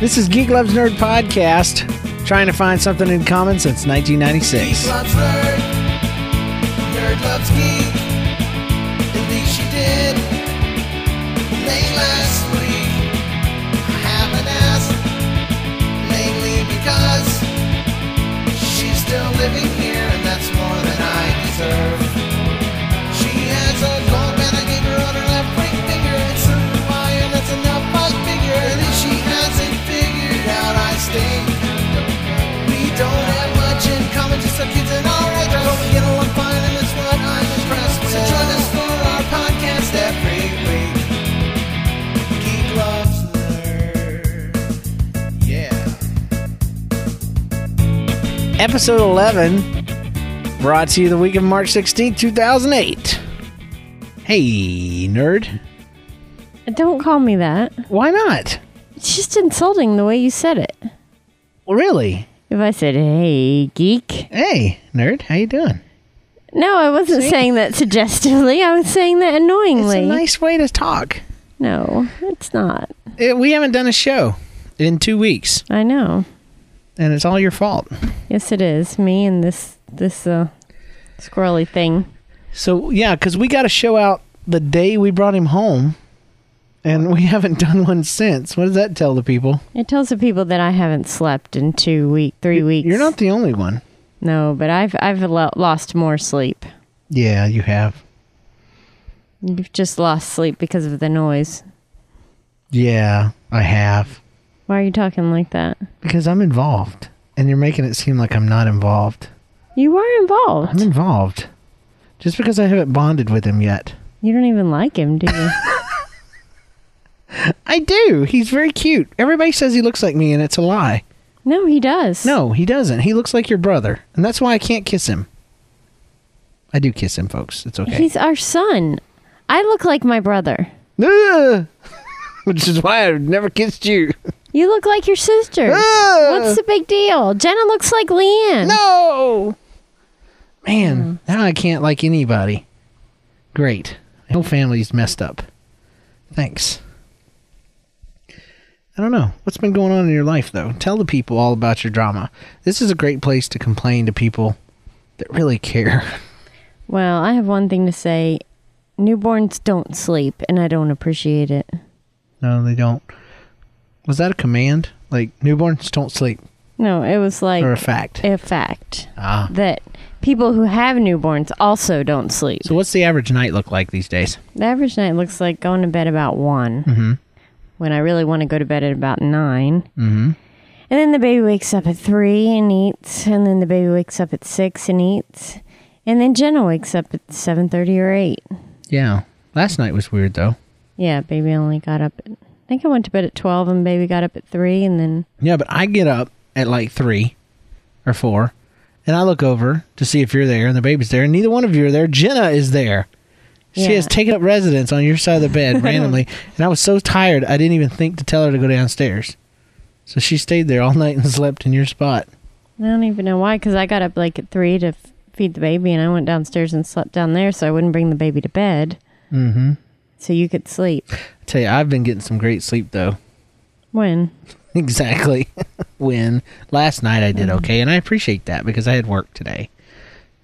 This is Geek Loves Nerd Podcast, trying to find something in common since 1996. Geek loves nerd. Nerd loves geek. At least she did. Late last week. I haven't asked. Mainly because she's still living here and that's more than I deserve. She has a gold band I gave her on her left ring finger. It's a wire that's enough I figure. At least she hasn't figured out I stink. We don't have much in common, just our kids and our ages. But we get along fine, and that's what I'm impressed with. So join us for our podcast every week. Geek loves nerd. Yeah. Episode 11, brought to you the week of March 16th, 2008. Hey, nerd. Don't call me that. Why not? It's just insulting the way you said it. Well, really? If I said, hey, geek. Hey, nerd, how you doing? No, I wasn't saying that suggestively. I was saying that It's annoyingly. a nice way to talk. no, it's not. It, we haven't done a show in two weeks, I know. and it's all your fault. Yes, it is. Me and this, this, uh, squirrely thing. So yeah, because we got a show out the day we brought him home, and we haven't done one since. What does that tell the people? It tells the people that I haven't slept in two week, three weeks. You're not the only one. No, but I've, I've lo- lost more sleep. Yeah, you have. You've just lost sleep because of the noise. Yeah, I have. Why are you talking like that? Because I'm involved, and you're making it seem like I'm not involved. You are involved. I'm involved, just because I haven't bonded with him yet. You don't even like him, do you? I do. He's very cute. Everybody says he looks like me, and it's a lie. no, he does. No, he doesn't. He looks like your brother, and that's why I can't kiss him. I do kiss him, folks. It's okay. He's our son. I look like my brother. Ugh. Which is why I've never kissed you. You look like your sister. Ugh. What's the big deal? Jenna looks like Leanne. Ah! No! Man, now I can't like anybody. Great. My whole family's messed up. Thanks. I don't know. What's been going on in your life, though? Tell the people all about your drama. This is a great place to complain to people that really care. Well, I have one thing to say. Newborns don't sleep, and I don't appreciate it. No, they don't. Was that a command? Like, newborns don't sleep, No, it was like or a fact? a fact Ah. that people who have newborns also don't sleep. So, what's the average night look like these days? The average night looks like going to bed about one, when I really want to go to bed at about 9 Mm-hmm. And then the baby wakes up at three and eats, and then the baby wakes up at six and eats, and then Jenna wakes up at seven thirty or eight. Yeah. Last night was weird, though. Yeah, baby only got up. At, I think I went to bed at twelve, and baby got up at three, and then Yeah, but I get up at like three or four, and I look over to see if you're there, and the baby's there, and neither one of you are there. Jenna is there. She has Yeah. taken up residence on your side of the bed randomly, and I was so tired I didn't even think to tell her to go downstairs. So she stayed there all night and slept in your spot. I don't even know why, because I got up like at three to f- feed the baby, and I went downstairs and slept down there, so I wouldn't bring the baby to bed. Mm-hmm. So you could sleep. I tell you, I've been getting some great sleep though. When? exactly. when last night I did okay, and I appreciate that because I had work today,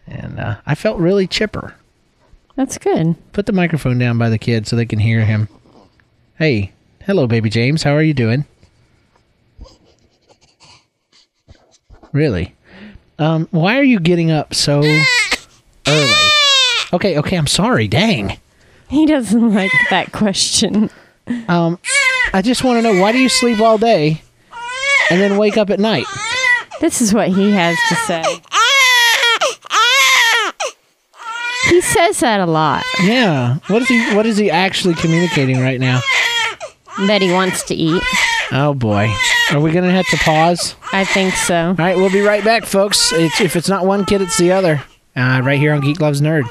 and uh, I felt really chipper. That's good. Put the microphone down by the kid so they can hear him. Hey, hello, baby James. How are you doing? Really? Um, why are you getting up so early? Okay, okay. I'm sorry. Dang. He doesn't like that question. I just want to know why do you sleep all day and then wake up at night? This is what he has to say. He says that a lot, Yeah. What is he? What is he actually communicating right now? that he wants to eat. Oh boy. Are we gonna have to pause? I think so. All right, we'll be right back, folks. It's, if it's not one kid, it's the other. Uh, right here on Geek Loves Nerd.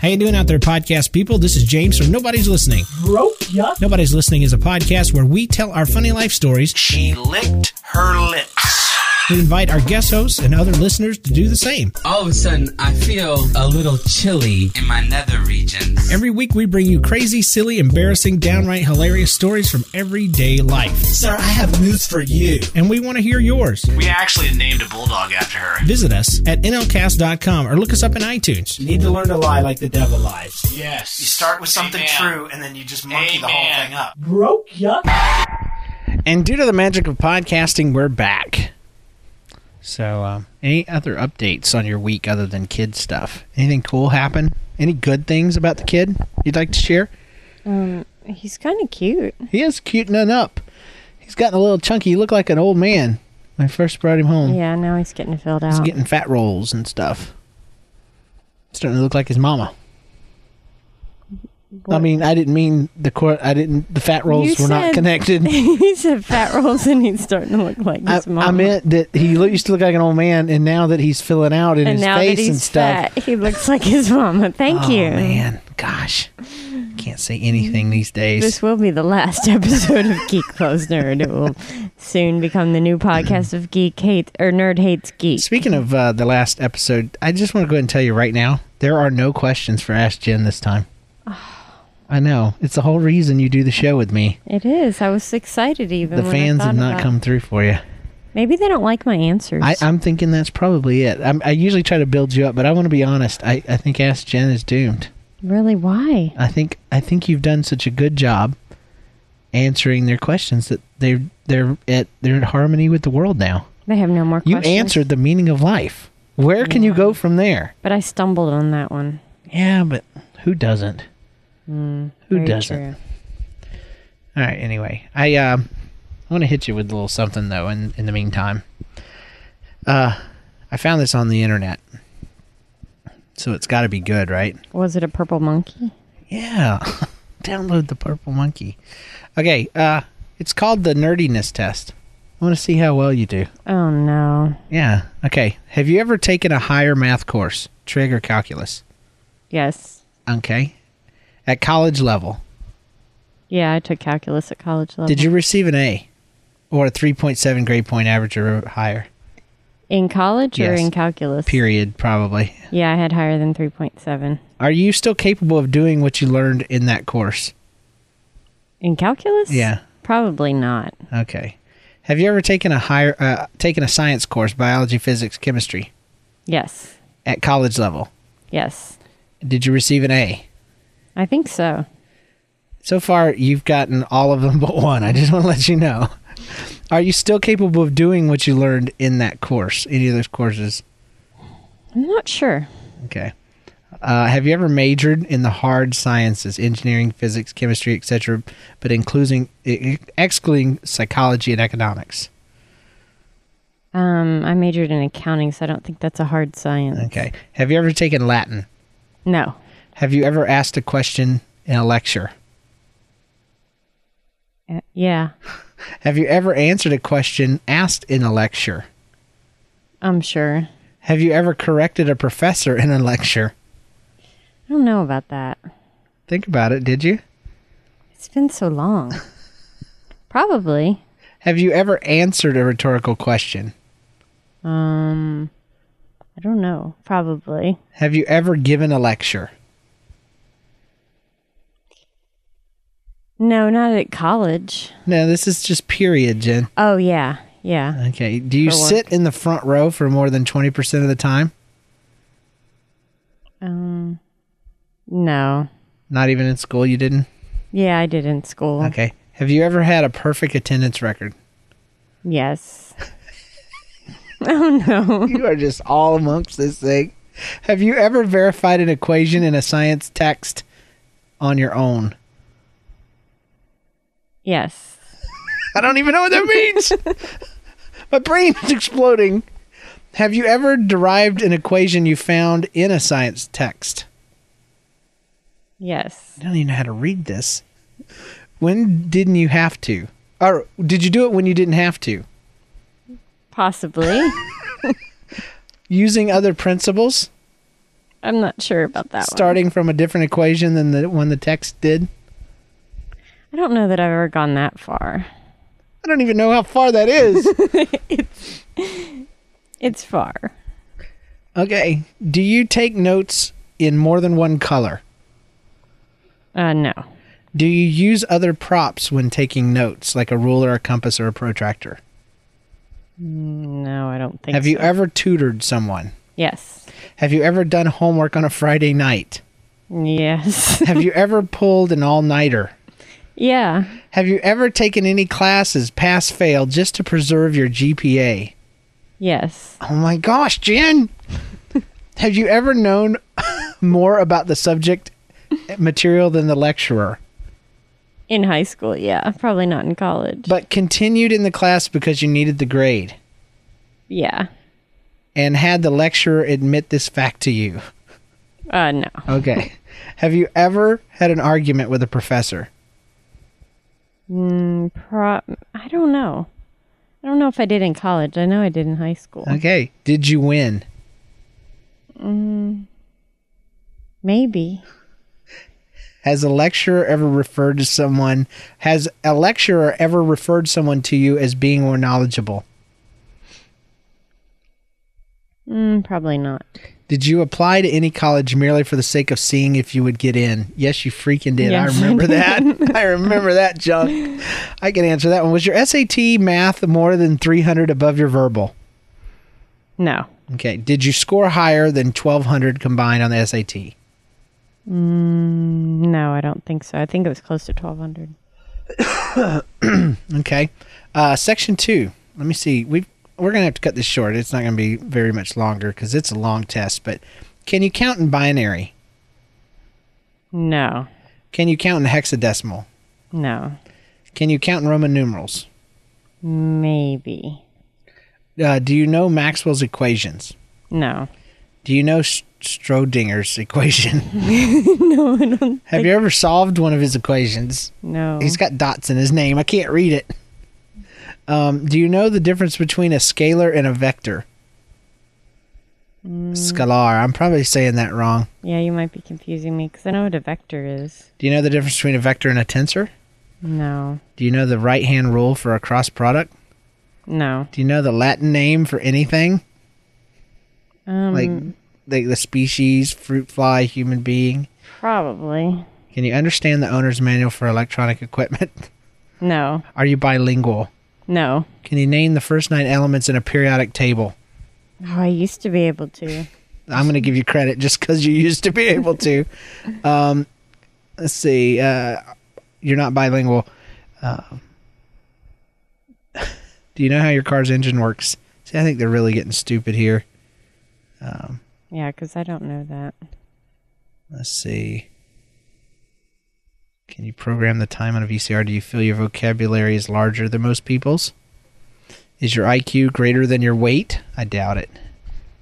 How you doing out there, podcast people? This is James from Nobody's Listening. Nobody's Listening is a podcast where we tell our funny life stories She licked her lips. We invite our guest hosts and other listeners to do the same. All of a sudden, I feel a little chilly in my nether regions. Every week, we bring you crazy, silly, embarrassing, downright hilarious stories from everyday life. Sir, I have news for you. And we want to hear yours. We actually named a bulldog after her. Visit us at NLCast.com or look us up in iTunes. You need to learn to lie like the devil lies. Yes. You start with something Amen. true, and then you just monkey the whole Amen. thing up. Broke ya? And due to the magic of podcasting, we're back. So, um, any other updates on your week other than kid stuff? Anything cool happen? Any good things about the kid you'd like to share? He's kind of cute. He is cutening up. He's gotten a little chunky. He looked like an old man when I first brought him home. Yeah, now he's getting filled He's out. getting fat rolls and stuff. Starting to look like his mama. I What? mean, I didn't mean the court. I didn't. The fat rolls You were not said- connected. he said fat rolls and he's starting to look like I, his mom. I meant that he lo- used to look like an old man, and now that he's filling out in and his now face that he's and stuff. fat, he looks like his mama. Thank oh you. man, gosh, can't say anything these days. This will be the last episode of Geek Close Nerd. It will soon become the new podcast of Geek Hate or Nerd Hates Geek. Speaking of uh, the last episode, I just want to go ahead and tell you right now there are no questions for Ask Jen this time. I know it's the whole reason you do the show with me. It is. I was excited even. The when I fans have thought not about- come through for you. Maybe they don't like my answers. I, I'm thinking that's probably it. I'm, I usually try to build you up, but I want to be honest. I, I think Ask Jen is doomed. really? Why? I think I think you've done such a good job answering their questions that they're they're at they're in harmony with the world now. They have no more You questions. answered the meaning of life. Where can you go from there? But I stumbled on that one. Hmm, Yeah, but who doesn't? who Very doesn't? true. All right. Anyway, I um, I want to hit you with a little something though. In in the meantime, uh, I found this on the internet, so it's got to be good, right? Was it a purple monkey? Yeah. Download the purple monkey. Okay. Uh, it's called the nerdiness test. I want to see how well you do. Oh no. Yeah. Okay. Have you ever taken a higher math course, trig or calculus? Yes. Okay. At college level, Yeah, I took calculus at college level. did you receive an A or a 3.7 grade point average or higher? in college or Yes. in calculus? Period, probably. Yeah, I had higher than three point seven Are you still capable of doing what you learned in that course? in calculus. Yeah. Probably not. Okay. Have you ever taken a higher uh, taken a science course, biology, physics, chemistry Yes. at college level? Yes. Did you receive an A? I think so. So far, you've gotten all of them but one. I just want to let you know. Are you still capable of doing what you learned in that course, any of those courses? I'm not sure. Okay. Uh, have you ever majored in the hard sciences, engineering, physics, chemistry, etc., but including e- excluding psychology and economics? Um, I majored in accounting, so I don't think that's a hard science. Okay. Have you ever taken Latin? No. Have you ever asked a question in a lecture? Uh, Yeah, Have you ever answered a question asked in a lecture? I'm sure. Have you ever corrected a professor in a lecture? I don't know about that. Think about it, did you? It's been so long. Probably. Have you ever answered a rhetorical question? Um, I don't know. Probably. Have you ever given a lecture? No, not at college. No, this is just period, Jen. Oh yeah, yeah. Okay. Do you For work. sit in the front row for more than 20% of the time? Um, no. Not even in school, you didn't? Yeah, I did in school. Okay. Have you ever had a perfect attendance record? Yes. you are just all amongst this thing. Have you ever verified an equation in a science text on your own? Yes. I don't even know what that means. My brain's exploding. Have you ever derived an equation you found in a science text? Yes. I don't even know how to read this. When didn't you have to? Or did you do it when you didn't have to? Possibly. Using other principles, I'm not sure about that one. starting from a different equation than the one the text did? I don't know that I've ever gone that far. I don't even know how far that is. It's far. Okay. Do you take notes in more than one color? Uh, no. Do you use other props when taking notes, like a ruler, a compass, or a protractor? No, I don't think Have you so. ever tutored someone? Yes. Have you ever done homework on a Friday night? Yes. Have you ever pulled an all nighter? yeah. Have you ever taken any classes, pass fail, just to preserve your GPA? Yes. Oh my gosh, Jen! Have you ever known more about the subject material than the lecturer, In high school, yeah. Probably not in college. but continued in the class because you needed the grade yeah. and had the lecturer admit this fact to you? Uh, no. Okay. Have you ever had an argument with a professor? Pro- Mm, I don't know. I don't know if I did in college. I know I did in high school. Okay. Did you win? Maybe. Has a lecturer ever referred to someone? Has a lecturer ever referred someone to you as being more knowledgeable? Mm, probably not. Did you apply to any college merely for the sake of seeing if you would get in? Yes, you freaking did. Yes, I I remember that. I remember that junk. I can answer that one. Was your SAT math more than 300 above your verbal? No. Okay. Did you score higher than 1200 combined on the SAT? No, I don't think so. I think it was close to 1200. Okay. Uh, section two. Let me see. We we're gonna have to cut this short. It's not gonna be very much longer because it's a long test. But can you count in binary? No. Can you count in hexadecimal? No. Can you count in Roman numerals? Maybe. Uh, do you know Maxwell's equations? No. Do you know S- Schrodinger's equation? no, I don't. Have you ever solved one of his equations? No. He's got dots in his name. I can't read it. Um, do you know the difference between a scalar and a vector? Scalar. I'm probably saying that wrong. yeah, you might be confusing me because I know what a vector is. Do you know the difference between a vector and a tensor? No. Do you know the right hand rule for a cross product? No. Do you know the Latin name for anything? Um, Like like the species, fruit fly, human being? probably. Can you understand the owner's manual for electronic equipment? No. Are you bilingual? No. Can you name the first nine elements in a periodic table? Oh, I used to be able to. I'm going to give you credit just because you used to be able to. Um, let's see. Uh, you're not bilingual. Uh, do you know how your car's engine works? See, I think they're really getting stupid here. Yeah, because I don't know that. Let's see. Can you program the time on a VCR? Do you feel your vocabulary is larger than most people's? Is your IQ greater than your weight? I doubt it.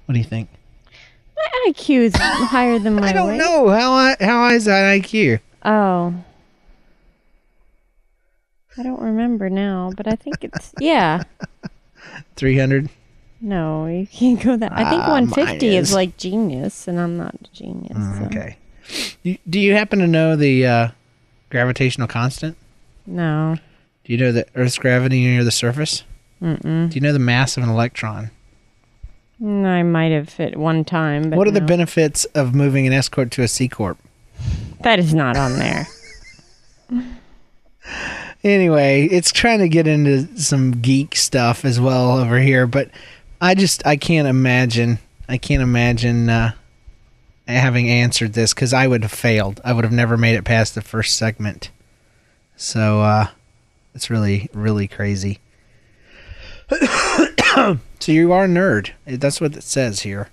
What do you think? My IQ is higher than my I don't weight. know. How high, how high is that IQ? Oh. I don't remember now, but I think it's yeah. 300? No, you can't go that. I think Ah, 150 mine is. is. Mm, like genius, and I'm not a genius. so. Okay. You- Do you happen to know the uh, gravitational constant? No, Do you know the Earth's gravity near the surface? Mm-mm. Do you know the mass of an electron? Mm, I might have at one time, but what are the no. benefits of moving an S corp to a C corp? that is not on there. anyway, it's trying to get into some geek stuff as well over here, but I just I can't imagine I can't imagine uh, having answered this because I would have failed. I would have never made it past the first segment. So uh, it's really really crazy. so you are a nerd. That's what it says here.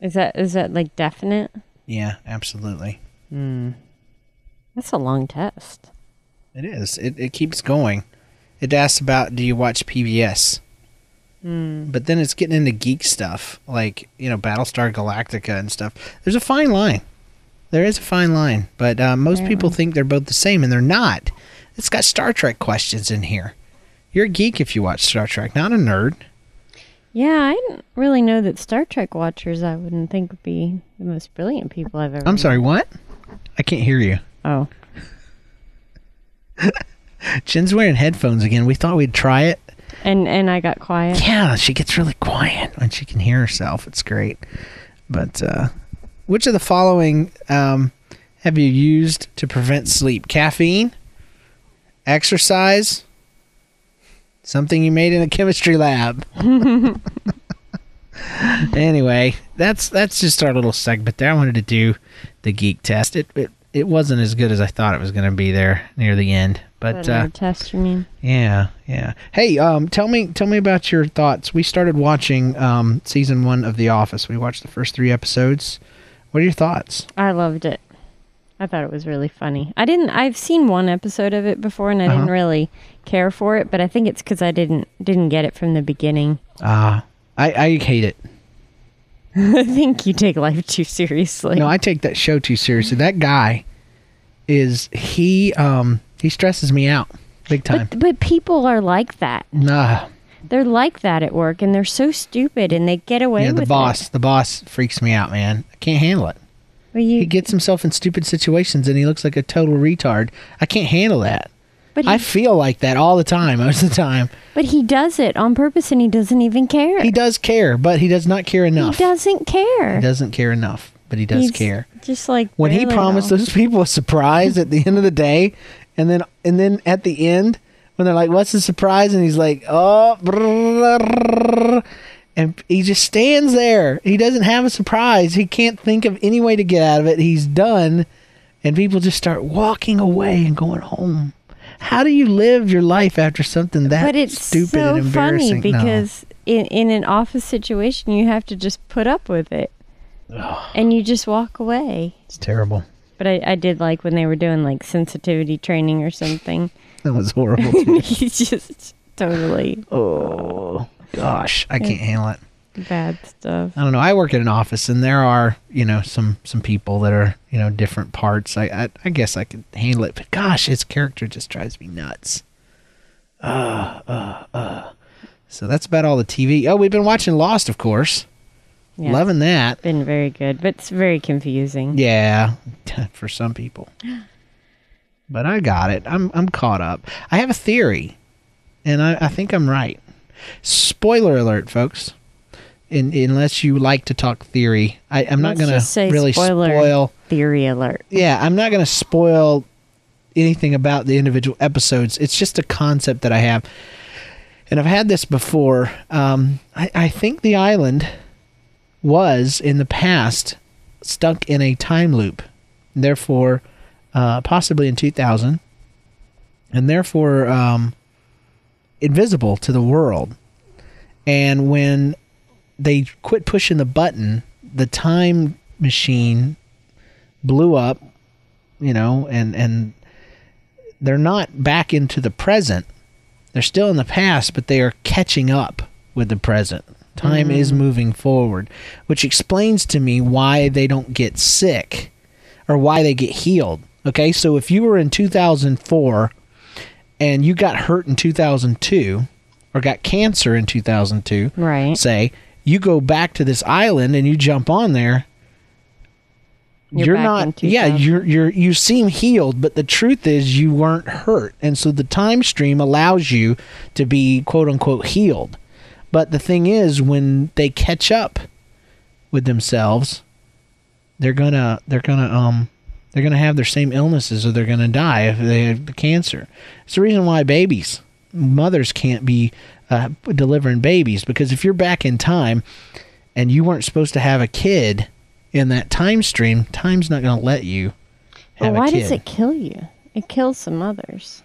Is that is that like definite? Yeah, absolutely. That's a long test. It is. It, it keeps going. It asks about do you watch PBS? But then it's getting into geek stuff like you know Battlestar Galactica and stuff. There's a fine line. There is a fine line, but uh, most people think they're both the same, and they're not. It's got Star Trek questions in here. You're a geek if you watch Star Trek, not a nerd. Yeah, I didn't really know that Star Trek watchers. I wouldn't think would be the most brilliant people I've ever. I'm met. sorry, what? I can't hear you. Oh, Jen's wearing headphones again. We thought we'd try it, and and I got quiet. Yeah, she gets really quiet when she can hear herself. It's great. But uh, which of the following um, have you used to prevent sleep? Caffeine, exercise, something you made in a chemistry lab. anyway, that's that's just our little segment there. I wanted to do the geek test. It it, it wasn't as good as I thought it was going to be there near the end, but. But, uh, Uh, test you mean? yeah, yeah. Hey, um, tell me, tell me about your thoughts. We started watching um, season one of The Office. We watched the first three episodes. What are your thoughts? I loved it. I thought it was really funny. I didn't. I've seen one episode of it before, and I Uh-huh. didn't really care for it. But I think it's because I didn't didn't get it from the beginning. Ah, I, I hate it. I think you take life too seriously. No, I take that show too seriously. That guy is he um he stresses me out big time. but, but people are like that. Nah, They're like that at work, and they're so stupid, and they get away yeah, the with boss, it. the boss freaks me out, man. I can't handle it. Well, you, He gets himself in stupid situations and he looks like a total retard. I can't handle that. but he, I feel like that all the time, most of the time. but he does it on purpose, and he doesn't even care. He does care, but he does not care He enough. doesn't care. He doesn't care enough, but he does He's care. Just like When he barely promised though. those people a surprise at the end of the day, and then and then at the end when they're like, "What's the surprise?" and he's like, "Oh," brrrr," and he just stands there. He doesn't have a surprise. He can't think of any way to get out of it. He's done, and people just start walking away and going home. How do you live your life after something that but it's stupid so and embarrassing? funny No. because in, in an office situation you have to just put up with it and you just walk away it's terrible. but I, I did like when they were doing like sensitivity training or something That was horrible. you just totally oh gosh, I can't handle it. bad stuff I don't know. I work at an office, and there are you know some some people that are you know different parts. I I, I guess I could handle it, but gosh, his character just drives me nuts. Uh, uh, uh. So that's about all the TV. Oh, we've been watching Lost, of course. yeah, Loving that. it's been very good but it's very confusing Yeah, for some people. But I got it. I'm I'm caught up. I have a theory, and I, I think I'm right. Spoiler alert, folks. In, unless you like to talk theory, I, I'm not Let's going just to say really spoiler spoil. theory alert Yeah, I'm not going to spoil anything about the individual episodes. It's just a concept that I have, and I've had this before. Um, I, I think the island was in the past stuck in a time loop, therefore, uh, possibly in 2000, and therefore um, invisible to the world. And when they quit pushing the button, the time machine blew up, you know, and and they're not back into the present. They're still in the past, but they are catching up with the present. Time is moving forward, which explains to me why they don't get sick or why they get healed. Okay? So if you were in 2004 and you got hurt in 2002 or got cancer in 2002, right say you go back to this island and you jump on there You're you're, back in not yeah 2000. you're you're you seem healed but the truth is you weren't hurt and so the time stream allows you to be quote unquote healed but the thing is when they catch up with themselves they're gonna they're gonna um they're gonna have their same illnesses or they're gonna die if they have the cancer. It's the reason why babies mothers can't be uh, delivering babies because if you're back in time and you weren't supposed to have a kid in that time stream, time's not gonna let you but have why a kid. does it kill you it kills some others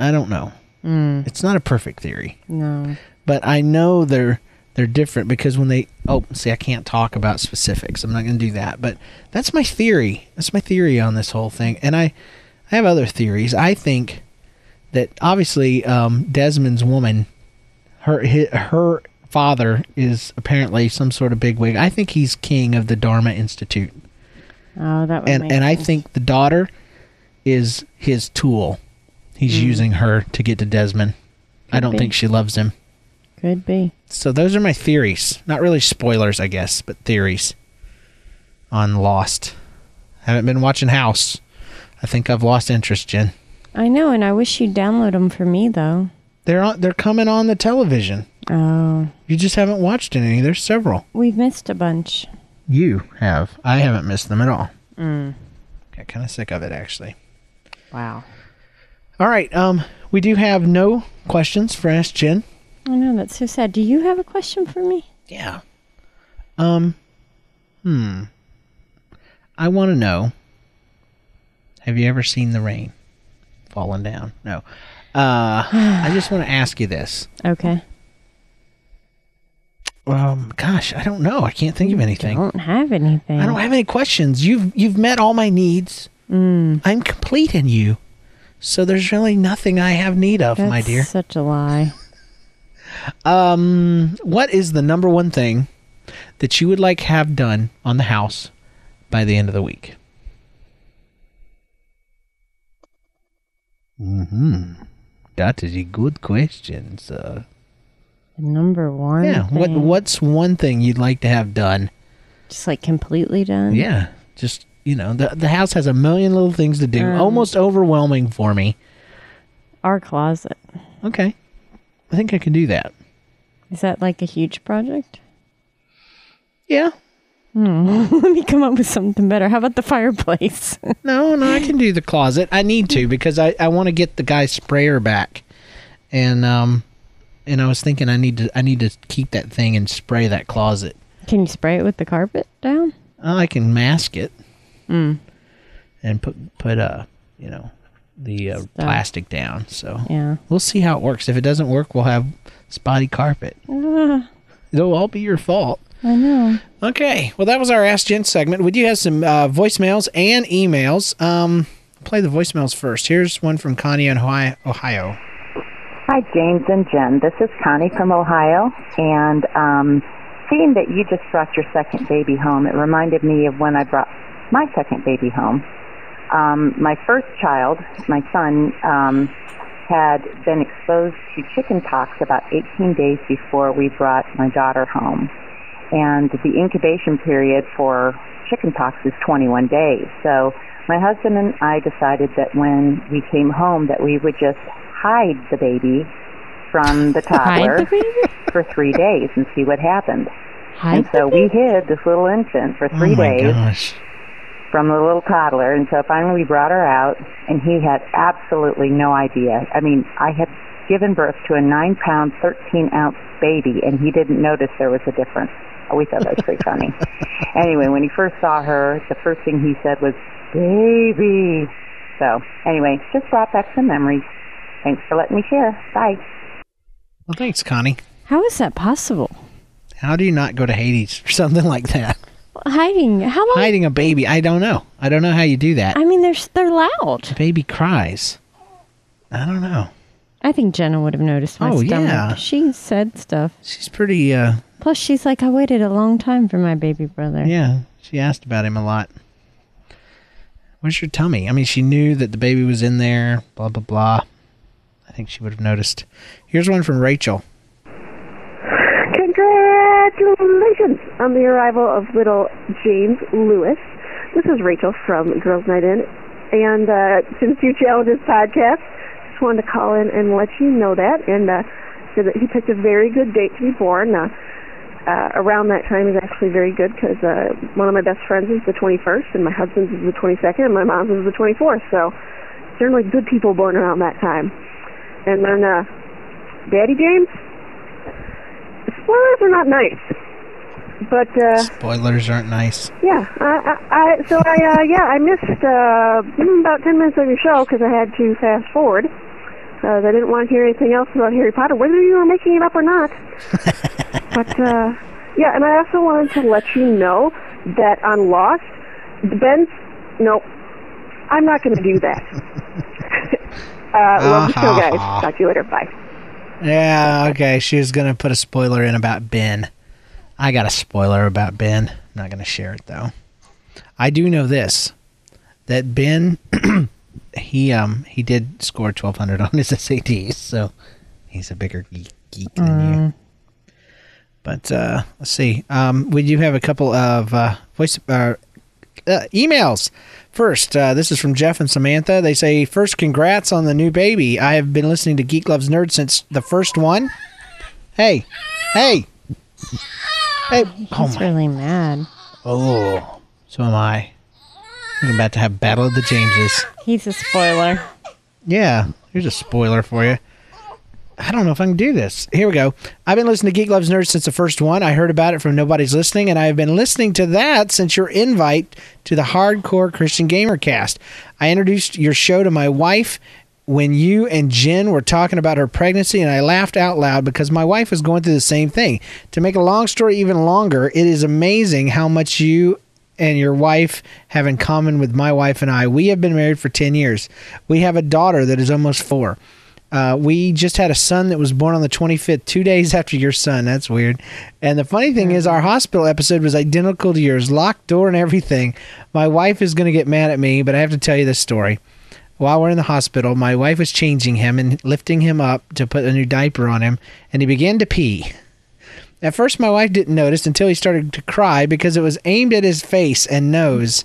I don't know. It's not a perfect theory. no but I know they're they're different because when they oh see I can't talk about specifics. I'm not going to do that. But that's my theory. That's my theory on this whole thing. And I I have other theories. I think that obviously um, Desmond's woman, her hi- her father is apparently some sort of bigwig. I think he's king of the Dharma Institute, oh that would and make and I sense. think the daughter is his tool. He's using her to get to Desmond. I Could don't be. think she loves him. could be So those are my theories. Not really spoilers, I guess, but theories on Lost. Haven't been watching House. I think I've lost interest, Jen. I know, and I wish you'd download them for me, though. They're on, they're coming on the television. Oh, You just haven't watched any. There's several. we've missed a bunch. You have. I haven't missed them at all. Got kind of sick of it actually. Wow. All right. Um, we do have no questions for Ask Jen. I know that's so sad. Do you have a question for me? Yeah. Um. Hmm. I want to know. Have you ever seen the rain falling down? No. Uh, I just want to ask you this. Okay. Um, gosh, I don't know. I can't think of anything. Don't have anything. I don't have any questions. You've you've met all my needs. I'm complete in you. So there's really nothing I have need of, that's my dear. Such a lie. Um, what is the number one thing that you would like have done on the house by the end of the week? Hmm. That is a good question, sir. The number one. Yeah. What thing. What's one thing you'd like to have done? Just like completely done. Yeah. Just you know, the the house has a million little things to do. Um, Almost overwhelming for me. Our closet. Okay. I think I can do that. Is that like a huge project? Yeah. Let me come up with something better. How about the fireplace? No, no, I can do the closet. I need to because I, I want to get the guy's sprayer back. And um and I was thinking I need to I need to keep that thing and spray that closet. Can you spray it with the carpet down? I can mask it. Hmm. And put put uh, you know, the uh, plastic down. So Yeah. we'll see how it works. If it doesn't work, we'll have spotty carpet. It'll all be your fault. I know. Okay. Well, that was our Ask Jen segment. We do have some uh, voicemails and emails. Um, play the voicemails first. Here's one from Connie in Ohio. Ohio. Hi, James and Jen. This is Connie from Ohio, and um, seeing that you just brought your second baby home, it reminded me of when I brought my second baby home. Um, my first child, my son, um, had been exposed to chicken pox about 18 days before we brought my daughter home, and the incubation period for chicken pox is 21 days. So my husband and I decided that when we came home, that we would just hide the baby from the toddler Hide the baby? for three days and see what happened. Hide and so we hid this little infant for three oh my days gosh. from the little toddler. And so finally we brought her out, and he had absolutely no idea. I mean, I had given birth to a nine pound, 13 ounce baby, and he didn't notice there was a difference. Oh, We thought that was pretty funny. Anyway, when he first saw her, the first thing he said was, baby. So, anyway, just brought back some memories. Thanks for letting me share. Bye. Well, thanks, Connie. How is that possible? How do you not go to Hades or something like that? Hiding. How long? Hiding a baby. I don't know. I don't know how you do that. I mean, they're s- they're loud. baby cries. I don't know. I think Jenna would have noticed my Oh, stomach. yeah. She said stuff. She's pretty, uh, Plus, she's like, I waited a long time for my baby brother. yeah. She asked about him a lot. Where's your tummy? I mean, she knew that the baby was in there, blah, blah, blah. I think she would have noticed. Here's one from Rachel. Congratulations on the arrival of little James Lewis. This is Rachel from Girls Night In. And uh, since you challenged this podcast, just wanted to call in and let you know that. And uh, said that he picked a very good date to be born. Uh, uh, around that time is actually very good because uh, one of my best friends is the 21st, and my husband's is the 22nd, and my mom's is the 24th. So certainly good people born around that time. And then uh, Daddy James, spoilers are not nice. But uh, Spoilers aren't nice. yeah, I, I, I so I uh, yeah I missed uh, mm, about ten minutes of your show because I had to fast forward. Uh, I didn't want to hear anything else about Harry Potter, whether you were making it up or not. but uh, yeah, and I also wanted to let you know that on Lost, Ben's nope, I'm not going to do that. uh, love the show, guys. Talk to you later. Bye. Yeah, okay. She was going to put a spoiler in about Ben. I got a spoiler about Ben. I'm not going to share it, though. I do know this that Ben, he um he did score 1200 on his SATs, so he's a bigger geek, geek than you. But uh, let's see. Um, we do have a couple of uh, voice uh, uh, emails. First, uh, this is from Jeff and Samantha. They say, First, congrats on the new baby. I have been listening to Geek Loves Nerd since the first one. Hey, hey, hey. Oh, He's my. really mad. Oh, so am I. I'm about to have Battle of the Jameses. He's a spoiler. Yeah, here's a spoiler for you. I don't know if I can do this. Here we go. I've been listening to Geek Loves Nerds since the first one. I heard about it from Nobody's Listening, and I have been listening to that since your invite to the Hardcore Christian Gamer Cast. I introduced your show to my wife when you and Jen were talking about her pregnancy, and I laughed out loud because my wife was going through the same thing. To make a long story even longer, it is amazing how much you and your wife have in common with my wife and I. We have been married for 10 years. We have a daughter that is almost four. Uh, we just had a son that was born on the 25th, two days after your son. That's weird. And the funny thing is, our hospital episode was identical to yours locked door and everything. My wife is going to get mad at me, but I have to tell you this story. While we're in the hospital, my wife was changing him and lifting him up to put a new diaper on him, and he began to pee. At first, my wife didn't notice until he started to cry because it was aimed at his face and nose.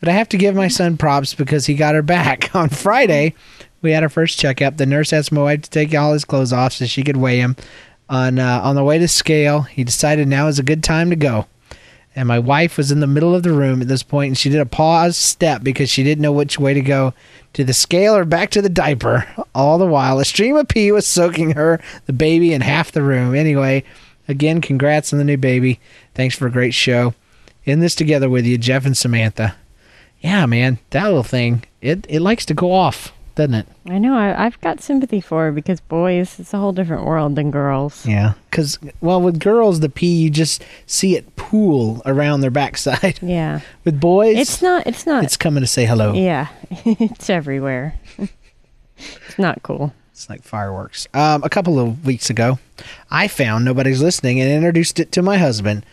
But I have to give my son props because he got her back. On Friday, we had our first checkup. The nurse asked my wife to take all his clothes off so she could weigh him. On uh, on the way to scale, he decided now is a good time to go. And my wife was in the middle of the room at this point, and she did a pause step because she didn't know which way to go to the scale or back to the diaper. All the while, a stream of pee was soaking her, the baby, and half the room. Anyway, again, congrats on the new baby. Thanks for a great show. In this together with you, Jeff and Samantha. Yeah, man, that little thing, it, it likes to go off, doesn't it? I know. I, I've got sympathy for her because boys, it's a whole different world than girls. Yeah. Because, well, with girls, the pee, you just see it pool around their backside. Yeah. With boys, It's, not. It's not. it's coming to say hello. yeah. it's everywhere. it's not cool. It's like fireworks. Um, a couple of weeks ago, I found Nobody's Listening and introduced it to my husband.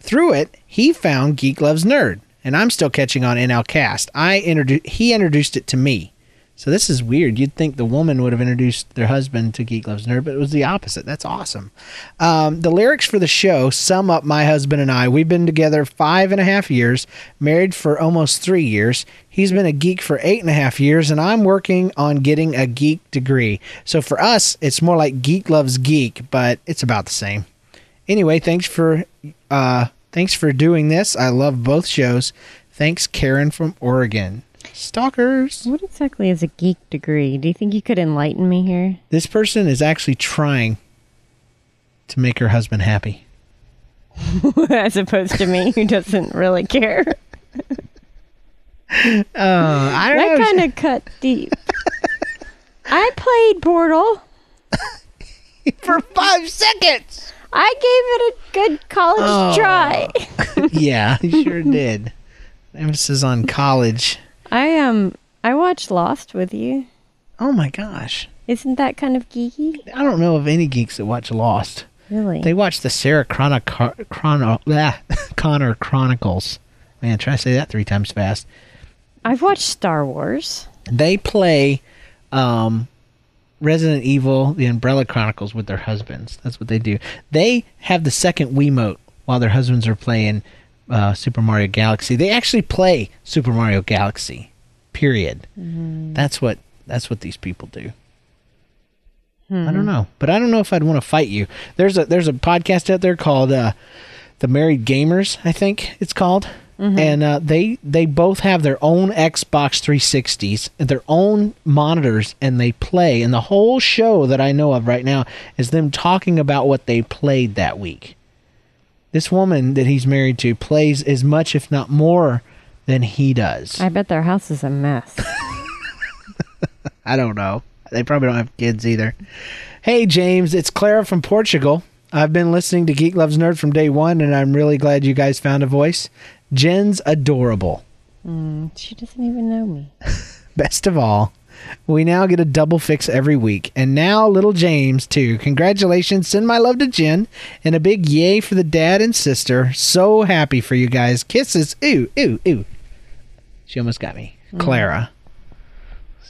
Through it, he found Geek Loves Nerd, and I'm still catching on NL Cast. I introdu- he introduced it to me. So this is weird. You'd think the woman would have introduced their husband to Geek Loves Nerd, but it was the opposite. That's awesome. Um, the lyrics for the show sum up my husband and I. We've been together five and a half years, married for almost three years. He's been a geek for eight and a half years, and I'm working on getting a geek degree. So for us, it's more like geek loves geek, but it's about the same. Anyway, thanks for uh, thanks for doing this. I love both shows. Thanks, Karen from Oregon. Stalkers. What exactly is a geek degree? Do you think you could enlighten me here? This person is actually trying to make her husband happy. As opposed to me, who doesn't really care. I don't That know. kind of cut deep. I played Portal. for five seconds. Oh. I gave it a good college try. yeah, you sure did. Emphasis on college. I um I watched Lost with you. Oh my gosh. Isn't that kind of geeky? I don't know of any geeks that watch Lost. Really? They watch the Sarah Connor, Chrono, blah, Connor Chronicles. Man, try to say that three times fast. I've watched Star Wars. They play um, Resident Evil, the Umbrella Chronicles with their husbands. That's what they do. They have the second Wiimote while their husbands are playing uh, Super Mario Galaxy. They actually play Super Mario Galaxy. Period. That's what that's what these people do. I don't know, but I don't know if I'd want to fight you. There's a there's a podcast out there called uh, The Married Gamers, I think it's called, and uh, they they both have their own Xbox 360s, their own monitors, and they play. And the whole show that I know of right now is them talking about what they played that week. This woman that he's married to plays as much, if not more, than he does. I bet their house is a mess. I don't know. They probably don't have kids either. Hey, James, it's Clara from Portugal. I've been listening to Geek Loves Nerd from day one, and I'm really glad you guys found a voice. Jen's adorable. she doesn't even know me. Best of all, we now get a double fix every week. And now, little James, too. Congratulations. Send my love to Jen, and a big yay for the dad and sister. So happy for you guys. Kisses. Ooh, ooh, ooh. She almost got me. Clara.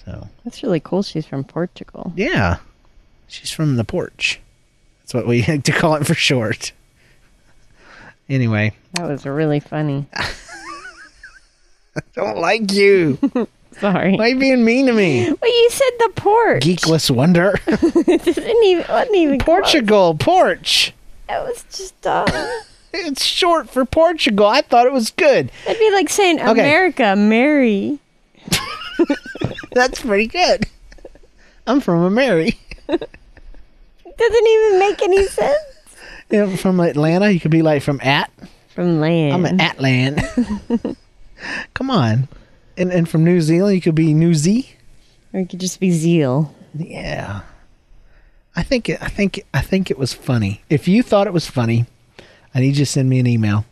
So. That's really cool. She's from Portugal. Yeah. She's from the porch. That's what we like to call it for short. Anyway, That was really funny. Don't like you. Sorry. Why are you being mean to me? Well, you said the porch. Geekless wonder. it didn't even, wasn't even close. Portugal, porch. That was just uh, dumb. It's short for Portugal. I thought it was good. That'd be like saying America, Mary. That's pretty good. I'm from Ameri. Doesn't even make any sense. You know, from Atlanta. You could be like from at. From land. I'm an Atlan. Come on. And and from New Zealand, you could be New Z. or it could just be zeal. Yeah. I think it, I think I think it was funny. If you thought it was funny, I need you to send me an email.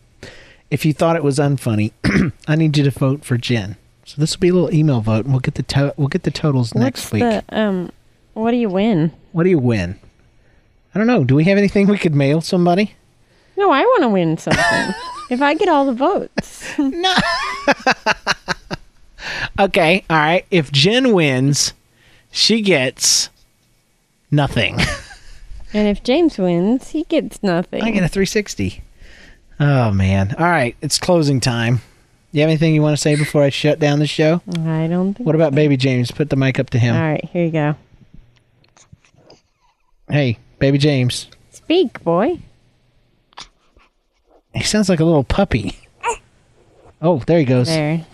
If you thought it was unfunny, I need you to vote for Jen. So this will be a little email vote, and we'll get the to- we'll get the totals next What's week. the um? What do you win? What do you win? I don't know. Do we have anything we could mail somebody? No, I want to win something. if I get all the votes, Okay, all right. If Jen wins, she gets nothing. and if James wins, he gets nothing. I get a 360. Oh man! All right, it's closing time. You have anything you want to say before I shut down the show? I don't think. What about Baby James? Put the mic up to him. All right, here you go. Hey, Baby James. Speak, boy. He sounds like a little puppy. Oh, there he goes. There.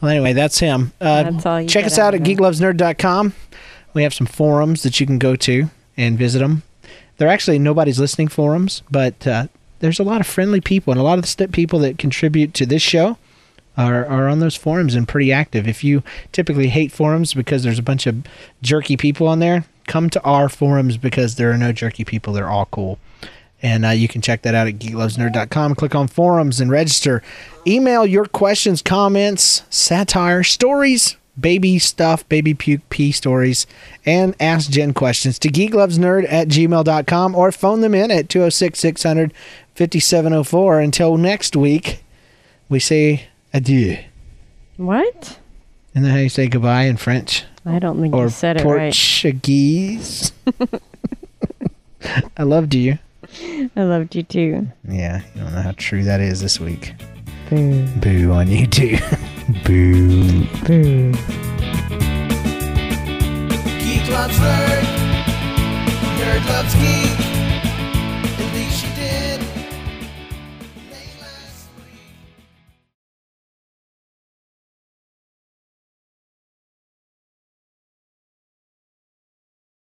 Well, anyway, that's him. Uh, That's all you check get us out out at of it. geeklovesnerd.com. We have some forums that you can go to and visit them. They're actually nobody's listening forums, but uh, there's a lot of friendly people and a lot of the st- people that contribute to this show are, are on those forums and pretty active. If you typically hate forums because there's a bunch of jerky people on there, come to our forums because there are no jerky people. They're all cool. And uh, you can check that out at geeklovesnerd.com. Click on forums and register. Email your questions, comments, satire, stories, baby stuff, baby puke pee stories, and ask Jen questions to geeklovesnerd at gmail.com or phone them in at 206 600 5704. Until next week, we say adieu. What? And then how you say goodbye in French I don't think or you said it right. Portuguese? I loved you. I loved you too. Yeah, you don't know how true that is this week. Boo. Boo on you too. Boo. Geek loves nerd. Nerd loves geek.